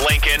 Morgan.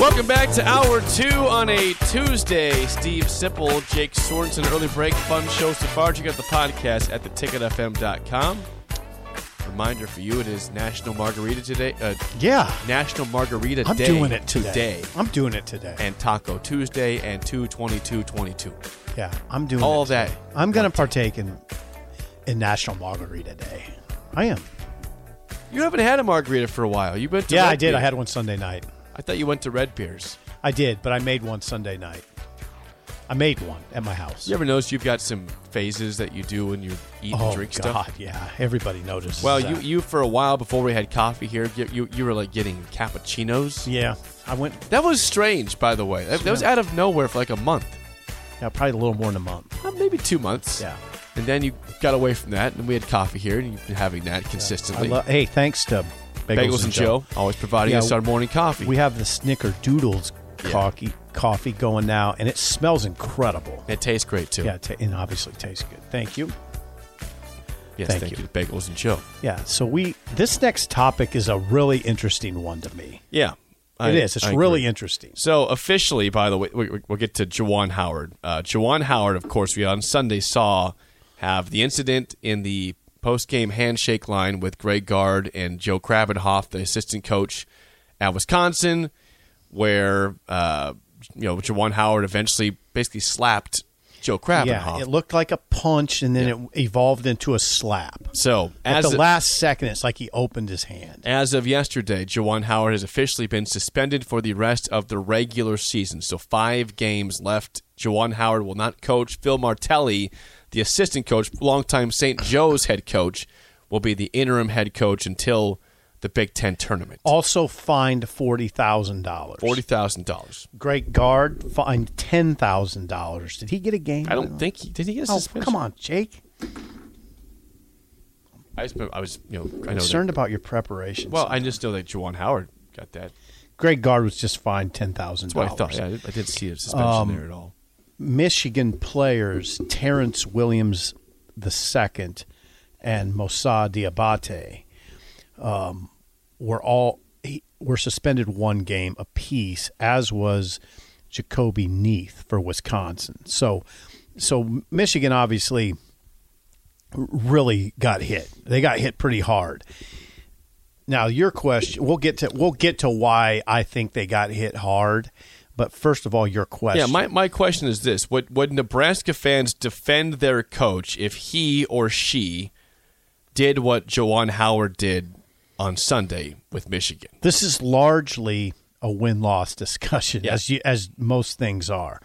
Welcome back to hour two on a Tuesday. Steve Simple, Jake Sorensen, early break, fun show so far. Check out the podcast at theticketfm.com. Reminder for you, it is National Margarita today. Uh, Yeah. National Margarita I'm Day. doing it today. today. I'm doing it today. And Taco Tuesday and 22222. yeah, I'm doing All it today. that. I'm going to partake in in National Margarita Day. I am. You haven't had a margarita for a while. You went to yeah, Red I did. Beer. I had one Sunday night. I thought you went to Red Beers. I did, but I made one Sunday night. I made one at my house. You ever notice you've got some phases that you do when you eat oh and drink God, stuff? yeah. Everybody notices. Well, that. you you for a while before we had coffee here, you you, you were like getting cappuccinos. Yeah, I went. That was strange, by the way. That, that was out of nowhere for like a month, Yeah, probably a little more than a month. Uh, maybe two months. Yeah. And then you got away from that, and we had coffee here, and you've been having that I consistently. lo- hey, thanks to Bagels, Bagels, and Joe, always providing Yeah, us our morning coffee. We have the Snickerdoodles Yeah. coffee coffee going now, and it smells incredible. it tastes great too. Yeah, ta and obviously tastes good. Thank you. yes, thank thank, you. you. Bagels and Joe. Yeah. So we this next topic is a really interesting one to me. Yeah, it is. It's really interesting. So officially, by the way, we, we- we'll get to Jawan Howard. Uh, Jawan Howard, of course, we on Sunday saw have the incident in the post-game handshake line with Greg Gard and Joe Kravenhoff, the assistant coach at Wisconsin, where uh, you know Jawan Howard eventually basically slapped Joe Kravenhoff. Yeah, it looked like a punch, and then it evolved into a slap. so At as the a- last second, it's like he opened his hand. As of yesterday, Jawan Howard has officially been suspended for the rest of the regular season. So five games left. Jawan Howard will not coach. Phil Martelli, the assistant coach, longtime St. Joe's head coach, will be the interim head coach until the Big Ten tournament. Also fined forty thousand dollars. Forty thousand dollars. Great guard fined ten thousand dollars. Did he get a game? I don't think he did. He get a Oh, suspension? come on, Jake. I was, I was you know, I know. That, Concerned about your preparations. well, I just know that Jawan Howard got that. Greg Gard was just fined ten thousand That's what dollars. I thought. Um, Yeah, I didn't I didn't see a suspension there at all. Michigan players Terrence Williams II and Moussa Diabate um, were all he, were suspended one game apiece, as was Jacoby Neath for Wisconsin. So, so Michigan obviously really got hit. They got hit pretty hard. Now your question, we'll get to we'll get to why I think they got hit hard, but first of all, your question. Yeah, my, my question is this would, would Nebraska fans defend their coach if he or she did what Jawan Howard did on Sunday with Michigan? this is largely a win loss discussion, as you, as most things are.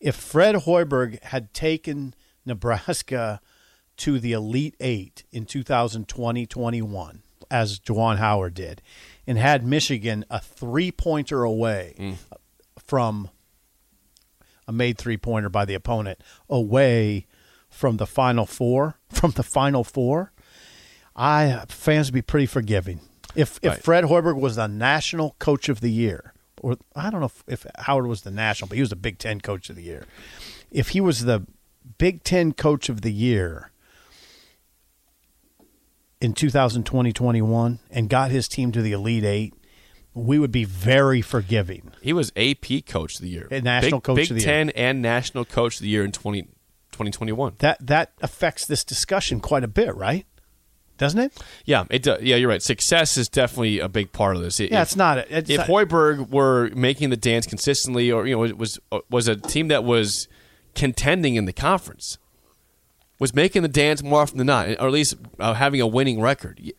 If Fred Hoiberg had taken Nebraska to the Elite Eight in 2020 21, as Juwan Howard did, and had Michigan a three pointer away from a made three pointer by the opponent away from the final four, from the final four, I uh, fans would be pretty forgiving. If if Right. Fred Hoiberg was the national coach of the year, or I don't know if, if Howard was the national, but he was the Big Ten coach of the year. If he was the Big Ten coach of the year in 2020 21 and got his team to the Elite Eight, we would be very forgiving. He was AP coach of the year, And National Big, Coach Big of the Year. Ten and National Coach of the Year in 20, 2021. That that affects this discussion quite a bit, right? Doesn't it? Yeah, it do- yeah, you're right. Success is definitely a big part of this. It- Yeah, if- it's not. It's if not- Hoiberg were making the dance consistently, or you know, it was was a team that was contending in the conference, was making the dance more often than not, or at least uh, having a winning record. y-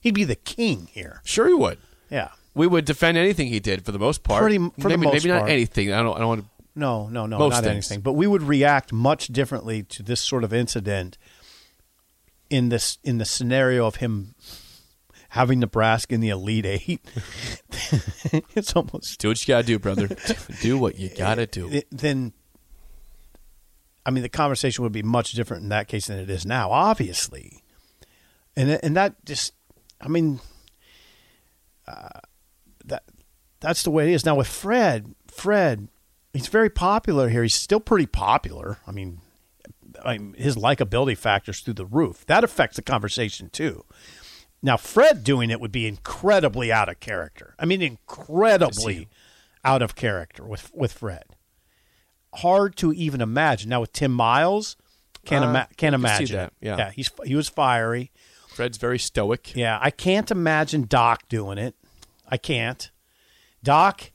he'd be the king here. Sure, he would. Yeah. We would defend anything he did for the most part. Pretty- for the maybe, most maybe not part. anything. I don't. I don't want to No, no, no, Most not things. anything. But we would react much differently to this sort of incident in this in the scenario of him having Nebraska in the Elite Eight. it's almost Do what you gotta do, brother. do what you gotta do. th- then. I mean, the conversation would be much different in that case than it is now, obviously, and and that just, I mean, uh, that that's the way it is now with Fred. Fred, he's very popular here. He's still pretty popular. I mean, I mean, his likability factors through the roof. That affects the conversation too. Now, Fred doing it would be incredibly out of character. I mean, incredibly out of character with with Fred. Hard to even imagine. Now with Tim Miles, can't Uh, ima- can't I can see imagine. that, yeah. yeah, he's he was fiery. Fred's very stoic. Yeah, I can't imagine Doc doing it. I can't. Doc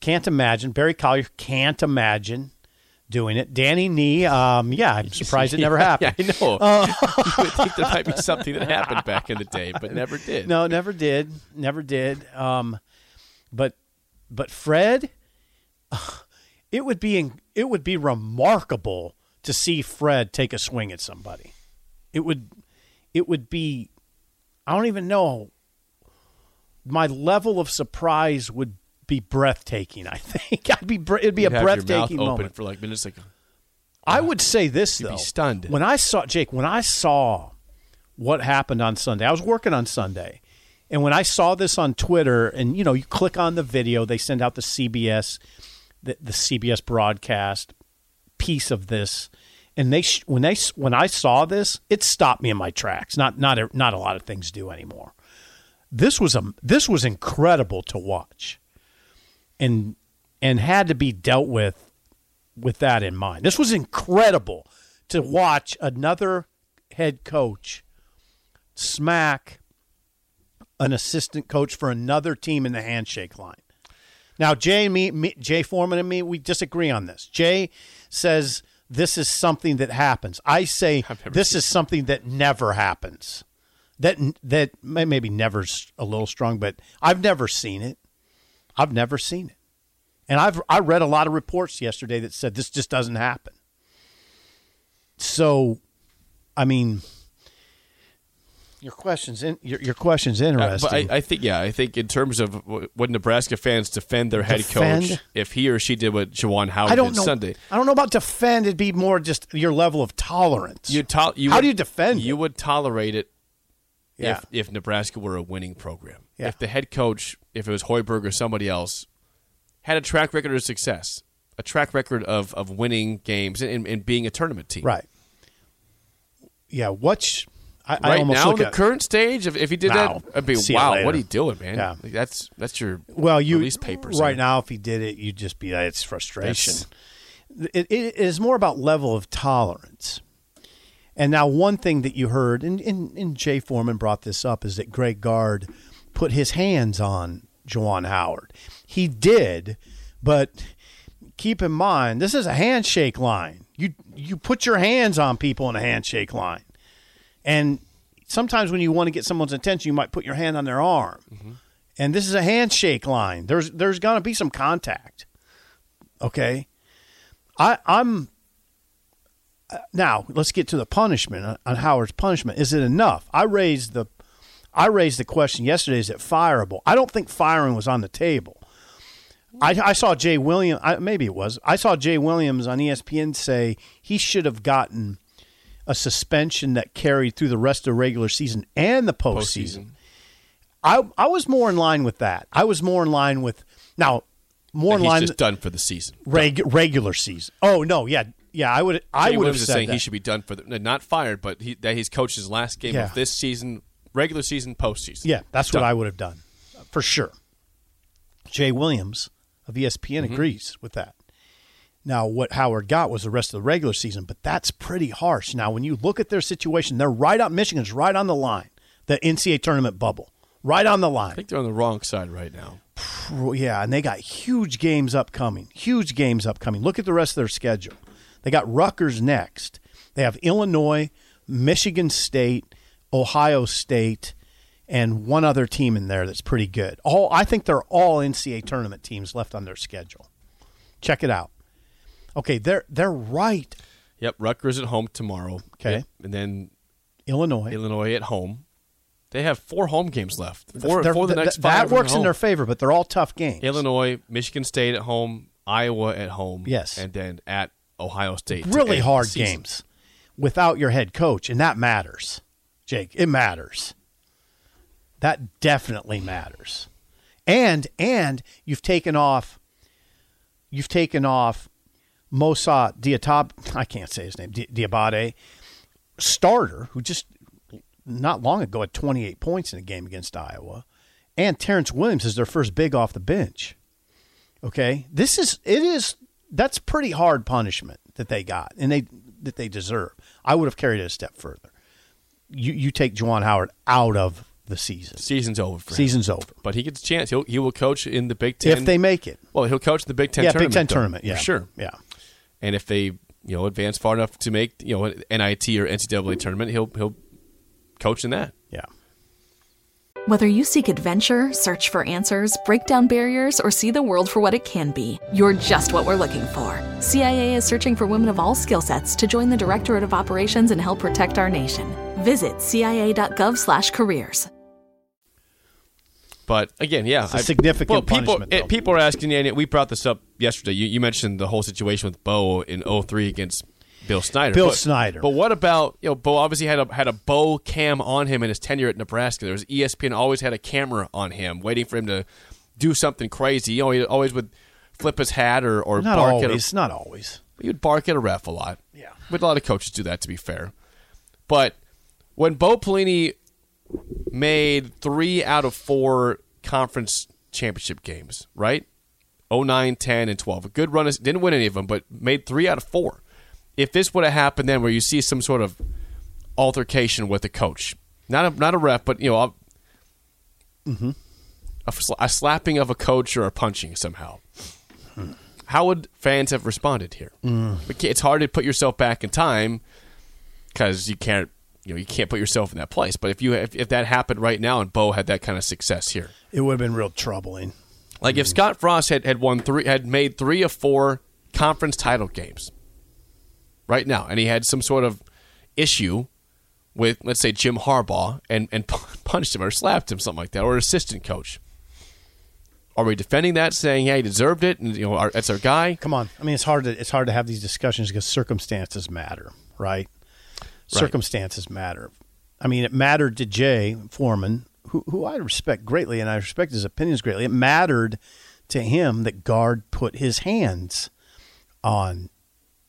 can't imagine. Barry Collier can't imagine doing it. Danny Nee, um, yeah, I'm surprised it never happened. Uh, Yeah, I know. you would think there might be something that happened back in the day, but never did. No, never did. Never did. Um, but but Fred, it would be in, it would be remarkable to see Fred take a swing at somebody. It would it would be I don't even know. My level of surprise would be breathtaking. I think I'd be br- it'd be You'd a have your mouth breathtaking open moment. for like minutes. Like, I would say this You'd be though. stunned. When I saw Jake, when I saw what happened on Sunday, I was working on Sunday. And when I saw this on Twitter, and you know, you click on the video, they send out the CBS, the, the CBS broadcast piece of this, and they sh- when they s- when I saw this, it stopped me in my tracks. Not not a, not a lot of things do anymore. This was a this was incredible to watch, and and had to be dealt with with that in mind. This was incredible to watch another head coach smack an assistant coach for another team in the handshake line. Now, Jay, me, me, Jay Foreman and me, we disagree on this. Jay says this is something that happens. I say this is something that never happens. That that may- maybe never's a little strong, but I've never seen it. I've never seen it. And I've I read a lot of reports yesterday that said this just doesn't happen. So, I mean, your question's in, your your question's Uh, but I, interesting. I think, yeah, I think in terms of w- would Nebraska fans defend their head coach Defend? if he or she did what Jawan Howard I don't did know. Sunday. I don't know about defend. It'd be more just your level of tolerance. You tol- you How would- do you defend You it? would tolerate it yeah. if, if Nebraska were a winning program. Yeah. If the head coach, if it was Hoiberg or somebody else, had a track record of success, a track record of, of winning games and, and being a tournament team. right. Yeah. What's I, I Right almost now, in look the at, current stage, if, if he did Now. that, I'd be, See you wow, later." what are you doing, man? Yeah. Like, that's that's your well, you release papers. right man. now. If he did it, you'd just be like, it's frustration. It, it is more about level of tolerance. And now, one thing that you heard, and, and, and Jay Foreman brought this up, is that Greg Gard put his hands on Jawan Howard. He did, but keep in mind, this is a handshake line. You you put your hands on people in a handshake line, and sometimes when you want to get someone's attention, you might put your hand on their arm. And this is a handshake line. There's there's gonna be some contact. Okay, I I'm uh, now let's get to the punishment uh, on- on Howard's punishment. Is it enough? I raised the I raised the question yesterday. Is it fireable? I don't think firing was on the table. I, I saw Jay Williams. I, maybe it was. I saw Jay Williams on E ESPN say he should have gotten a suspension that carried through the rest of the regular season and the postseason. I I was more in line with that. I was more in line with now more Like, in he's line just done for the season. reg, regular season. Oh no, yeah, yeah. I would I Jay would have Williams is said saying that. he should be done for the no, not fired, but he, that he's coached his last game Yeah. of this season, regular season, postseason. Yeah, that's what Done. I would have done for sure. Jay Williams of E ESPN Mm-hmm. agrees with that. Now, what Howard got was the rest of the regular season, but that's pretty harsh. Now, when you look at their situation, they're right on Michigan's right on the line, the NCAA tournament bubble, right on the line. I think they're on the wrong side right now. Yeah, and they got huge games upcoming. Huge games upcoming. Look at the rest of their schedule. They got Rutgers next. They have Illinois, Michigan State, Ohio State, and one other team in there that's pretty good. All I think they're all NCAA tournament teams left on their schedule. Check it out. Okay, they're they're right. Yep, Rutgers at home tomorrow. Okay. Yep, and then Illinois. Illinois at home. They have four home games left. Four, They're- four of the th- next th- five. That are at works in home. their favor, but they're all tough games. Illinois, Michigan State at home, Iowa at home. Yes. and then at Ohio State. to really end hard the season. games without your head coach, and that matters, Jake. It matters. That definitely matters, and and you've taken off. You've taken off Mosa Diatab. I can't say his name. Di- Diabate starter who just not long ago had 28 points in a game against Iowa, and Terrence Williams is their first big off the bench. Okay, this is it is that's pretty hard punishment that they got and they that they deserve. I would have carried it a step further. You you take Juwan Howard out of the season. Season's over. For him. Season's over but he gets a chance. He'll he will coach in the Big Ten. if they make it. well, he'll coach in the Big Ten. yeah, tournament, Big Ten though, tournament. Yeah, for sure. Yeah, And if they you know advance far enough to make you know an NIT or NCAA tournament, he'll he'll coach in that. yeah. Whether you seek adventure, search for answers, break down barriers, or see the world for what it can be, you're just what we're looking for. CIA is searching for women of all skill sets to join the Directorate of Operations and help protect our nation. Visit cia.gov/careers. But again, yeah, a significant well, people, punishment, though. eh, people are asking, and we brought this up yesterday. You, you mentioned the whole situation with Bo in 03 against Bill Snyder. Bill but, Snyder. But what about you know? Bo obviously had a had a Bo cam on him in his tenure at Nebraska. There was E ESPN always had a camera on him, waiting for him to do something crazy. You know, he always would flip his hat or or Not bark at a always. Not always. he would bark at a ref a lot. Yeah. But a lot of coaches do that, to be fair. But when Bo Pelini made three out of four conference championship games, right? 09, 10, and 12. A good run. is- Didn't win any of them, but made three out of four. If this would have happened then where you see some sort of altercation with a coach, not a, not a ref, but, you know, a, a sla- a slapping of a coach or a punching somehow how would fans have responded here? We can't- It's hard to put yourself back in time because you can't, you know, you can't put yourself in that place. But if you if, if that happened right now and Bo had that kind of success here, It would have been real troubling. like if Scott Frost had had won three, had made three of four conference title games right now, and he had some sort of issue with, let's say, Jim Harbaugh, and and punched him or slapped him, something like that, or an assistant coach. Are we defending that, saying, "Yeah, he deserved it," and you know, our, that's our guy? Come on. I mean, it's hard to it's hard to have these discussions because circumstances matter, right? Circumstances matter. I mean, it mattered to Jay Foreman, who who I respect greatly, and I respect his opinions greatly. It mattered to him that guard put his hands on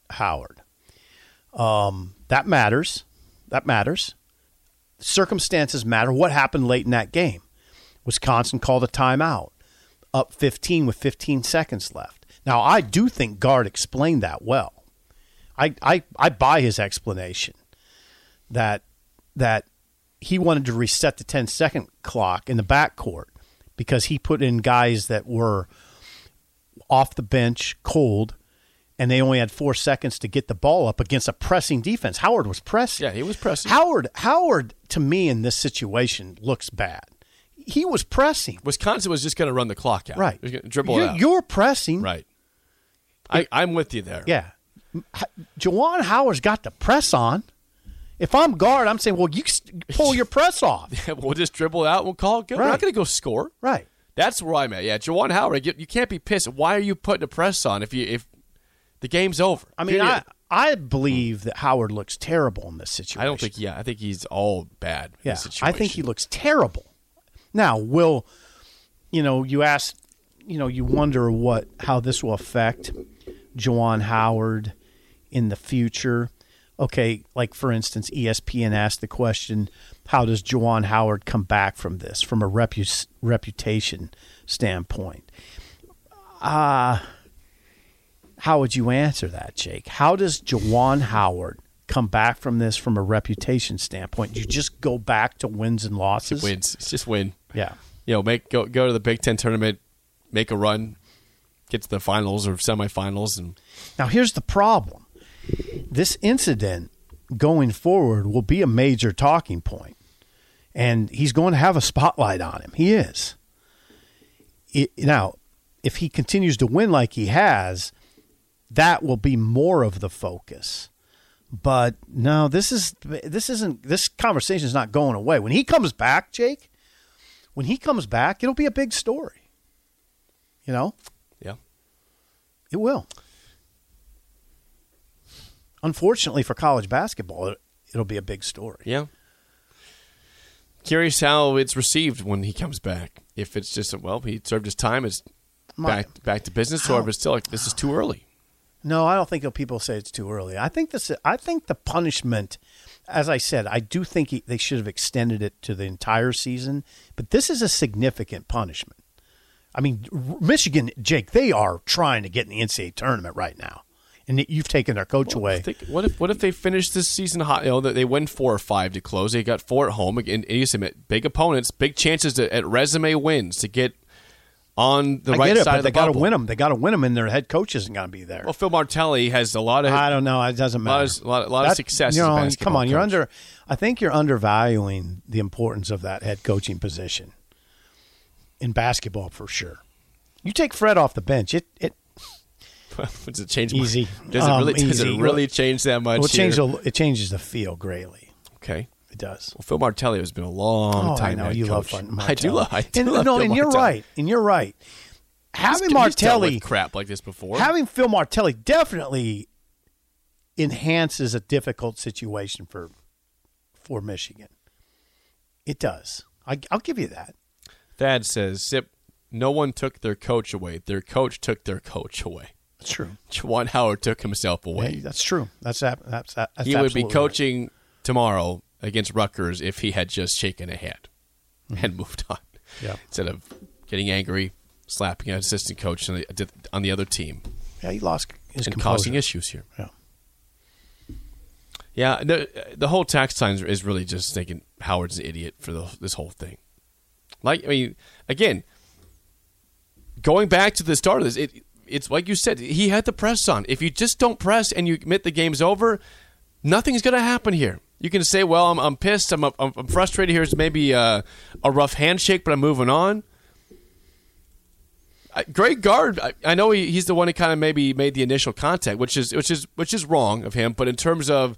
Howard. Um, that matters. That matters. Circumstances matter. What happened late in that game? Wisconsin called a timeout, up 15 with 15 seconds left. Now, I do think Guard explained that well. I, I, I buy his explanation that that he wanted to reset the 10 second clock in the backcourt because he put in guys that were off the bench cold and they only had four seconds to get the ball up against a pressing defense. Howard was pressing. Yeah, he was pressing. Howard Howard to me in this situation looks bad. He was pressing. Wisconsin was just going to run the clock out. Right. It was gonna dribble you're, it out. you're pressing. right. I, I'm with you there. Yeah. H- Jawan Howard's got the press on. If I'm guard, I'm saying, well, you s- pull your press off. we'll just dribble it out. We'll call it good. We're Right. not going to go score. right. That's where I'm at. Yeah, Jawan Howard, you, you can't be pissed. Why are you putting a press on if you if the game's over? I mean, I, Period. I believe that Howard looks terrible in this situation. I don't think. Yeah, I think he's all bad. in Yeah, this I think he situation. looks terrible. Now, will you know? You ask, you know, you wonder what how this will affect Jawan Howard in the future. Okay, like for instance, E ESPN asked the question, "How does Jawan Howard come back from this, from a repu- reputation standpoint?" Uh, How would you answer that, Jake? How does Jawan Howard come back from this from a reputation standpoint? Do you just go back to wins and losses? wins. It's just win. Yeah. You know, make go go to the Big Ten tournament, make a run, get to the finals or semifinals, and Now, here's the problem this incident going forward will be a major talking point, and he's going to have a spotlight on him. He is. It, now, if he continues to win like he has, that will be more of the focus. But no, this is this isn't this conversation is not going away. When he comes back, Jake, when he comes back, it'll be a big story. You know, Yeah. it will. Unfortunately for college basketball, it, it'll be a big story. Yeah. Curious how it's received when he comes back. If it's just well, he served his time, it's My- back back to business, or if it's still like this is too early. No, I don't think that people say it's too early. I think this. I think the punishment, as I said, I do think he, they should have extended it to the entire season. But this is a significant punishment. I mean, R- Michigan, Jake, they are trying to get in the NCAA tournament right now, and y- you've taken their coach away. Think, what if what if they finish this season hot? You know, they- they win four or five to close. They got four at home again. And you submit big opponents, big chances to, at resume wins to get on the I right get it, side but of they the got to bubble. win them. They got to win them, and their head coach isn't going to be there. Well, Phil Martelli has a lot of I don't know. It doesn't lot matter. of- lot- lot of success You as a know, come basketball on, you're coach. under. I think you're undervaluing the importance of that head coaching position in basketball for sure. You take Fred off the bench, it it does it change Easy. Does it Um, really does easy. it really change that much? will change here? the, it changes the feel greatly. okay. It does. Well, Phil Martelli has been a long oh, time. I know head you love coach. Fred I Martelli. do love. I do and, love no, Phil and you're Martelli. right. And you're right. Having He's- he's dealt Martelli with crap like this before. having Phil Martelli definitely enhances a difficult situation for for Michigan. It does. I, I'll give you that. Thad says, "Sip, no one took their coach away. Their coach took their coach away. That's true. Juwan Howard took himself away. that's true. That's ab- that's, that's he would be absolutely right. coaching tomorrow against Rutgers if he had just shaken a hand and moved on Mm-hmm. Yeah. instead of getting angry, slapping an assistant coach on the, on the other team Yeah, he lost his and composure. causing issues here." Yeah. Yeah, the, the whole tax times is really just thinking Howard's an idiot for the, this whole thing. Like, I mean, again, going back to the start of this, it, it's like you said, he had the press on. If you just don't press and you admit the game's over, nothing's going to happen here. You can say, well, I'm, I'm pissed, I'm, I'm, I'm frustrated here. It's maybe a, a rough handshake, but I'm moving on. I- Greg Gard, I, I know he, he's the one who kind of maybe made the initial contact, which is which is which is wrong of him. But in terms of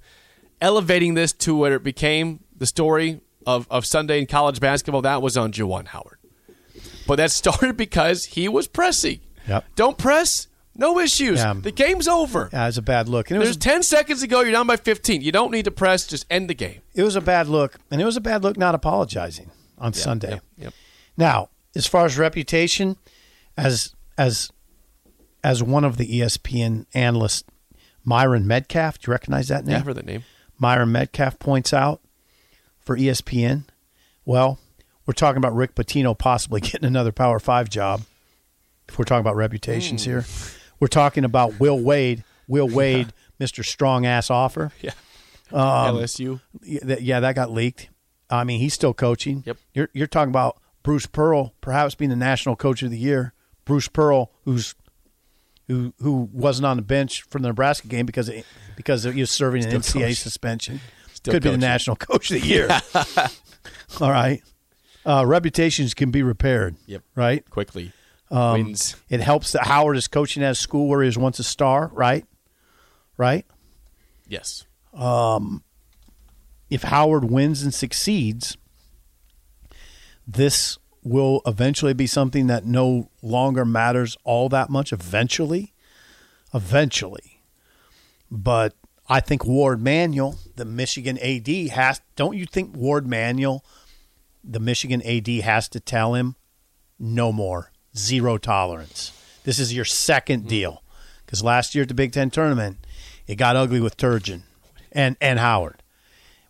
elevating this to what it became, the story of, of Sunday in college basketball, that was on Juwan Howard. But that started because he was pressing. Yep. Don't press, no issues. Yeah. The game's over. Yeah, it was a bad look. And it was, There's ten seconds to go. You're down by 15. You don't need to press. Just end the game. it was a bad look, and it was a bad look not apologizing on Sunday. Yep. Yep. Now, as far as reputation, as as as one of the E ESPN analysts, Myron Medcalf, do you recognize that name? Yeah, I heard that name. Myron Metcalf points out for E ESPN. Well, we're talking about Rick Pitino possibly getting another Power Five job. If we're talking about reputations here, we're talking about Will Wade. Will Wade, Mr. Strong Ass offer. Um, LSU. Yeah, that, yeah, that got leaked. I mean, he's still coaching. Yep. You're you're talking about Bruce Pearl perhaps being the national coach of the year. Bruce Pearl, who's who who wasn't on the bench from the Nebraska game because it, because he was serving an NCAA Still coaching. suspension. Still Could be coaching. the national coach of the year. All right. Uh, reputations can be repaired. Yep. Right. Quickly um, wins. It helps that Howard is coaching at a school where he was once a star. Right. Right. Yes. if Howard wins and succeeds, this will eventually be something that no longer matters all that much. Eventually, eventually, but I think Ward Manuel, the Michigan AD, has. Don't you think Ward Manuel, the Michigan AD, has to tell him no more, zero tolerance. This is your 2nd deal because last year at the Big Ten tournament, it got ugly with Turgeon and and Howard.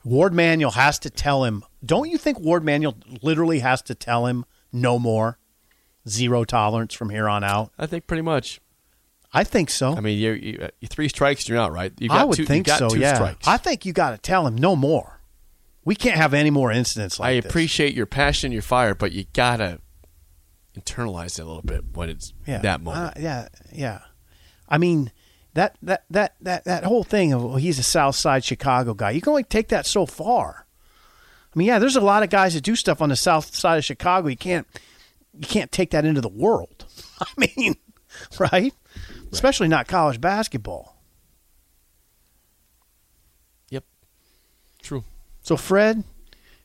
Ward Manuel has to tell him. Don't you think Ward Manuel literally has to tell him no more, zero tolerance from here on out? I think pretty much. I think so. I mean, you're, you uh, three strikes, you're out, right? You've I would two, think you've got so. Two yeah, strikes. I think you got to tell him no more. We can't have any more incidents like I this. appreciate your passion, your fire, but you gotta internalize it a little bit when it's that moment. Uh, yeah, yeah. I mean, that that that that that whole thing of well, he's a South Side Chicago guy. You can only take that so far. I mean, yeah, there's a lot of guys that do stuff on the South Side of Chicago. You can't you can't take that into the world. I mean, right? especially not college basketball. Yep. True. So Fred,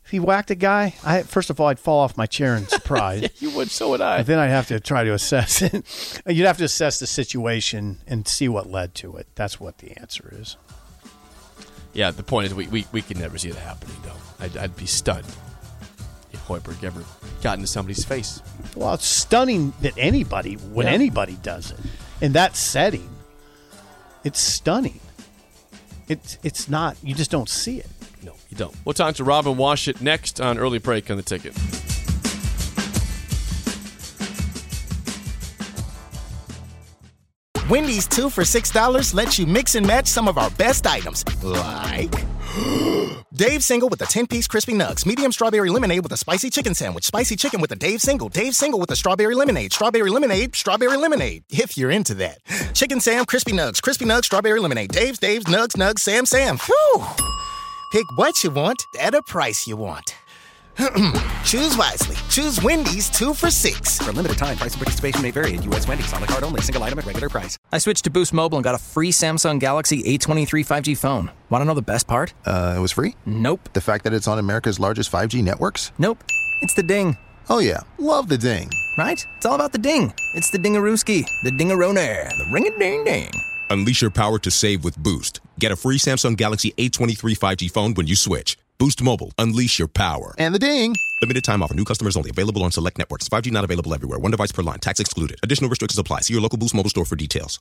if he whacked a guy, I first of all I'd fall off my chair in surprise. You would. So would I. But then I'd have to try to assess it. You'd have to assess the situation and see what led to it. That's what the answer is. Yeah. The point is, we we, we could never see it happening though. I'd, I'd be stunned if Hoiberg ever got into somebody's face. Well, it's stunning that anybody, when Yeah. anybody does it in that setting, it's stunning. It's it's not. You just don't see it. No, you don't. We'll talk to Robin Wash it next on early break on the ticket. Wendy's two for $6 lets you mix and match some of our best items, like Dave Single with a 10 piece crispy nugs, medium strawberry lemonade with a spicy chicken sandwich, spicy chicken with a Dave Single, Dave Single with a strawberry lemonade, strawberry lemonade, strawberry lemonade, if you're into that. Chicken Sam, crispy nugs, crispy nugs, strawberry lemonade, Dave's, Dave's, nugs, nugs, Sam, Sam. Whew! Pick what you want at a price you want. Choose wisely. Choose Wendy's two for six. For limited time, price and participation may vary at U.S. Wendy's on the card only, single item at regular price. I switched to Boost Mobile and got a free Samsung Galaxy A23 5G phone. Want to know the best part? Uh, it was free? Nope. The fact that it's on America's largest 5G networks? Nope. It's the ding, Oh, yeah. Love the ding. right? It's all about the ding. It's the dingarooski, the dingaroner, the ring a ding ding. Unleash your power to save with Boost. Get a free Samsung Galaxy A23 5G phone when you switch. Boost Mobile, unleash your power. And the ding. Limited time offer, new customers only, available on select networks. 5G not available everywhere, one device per line, tax excluded. Additional restrictions apply. See your local Boost Mobile store for details.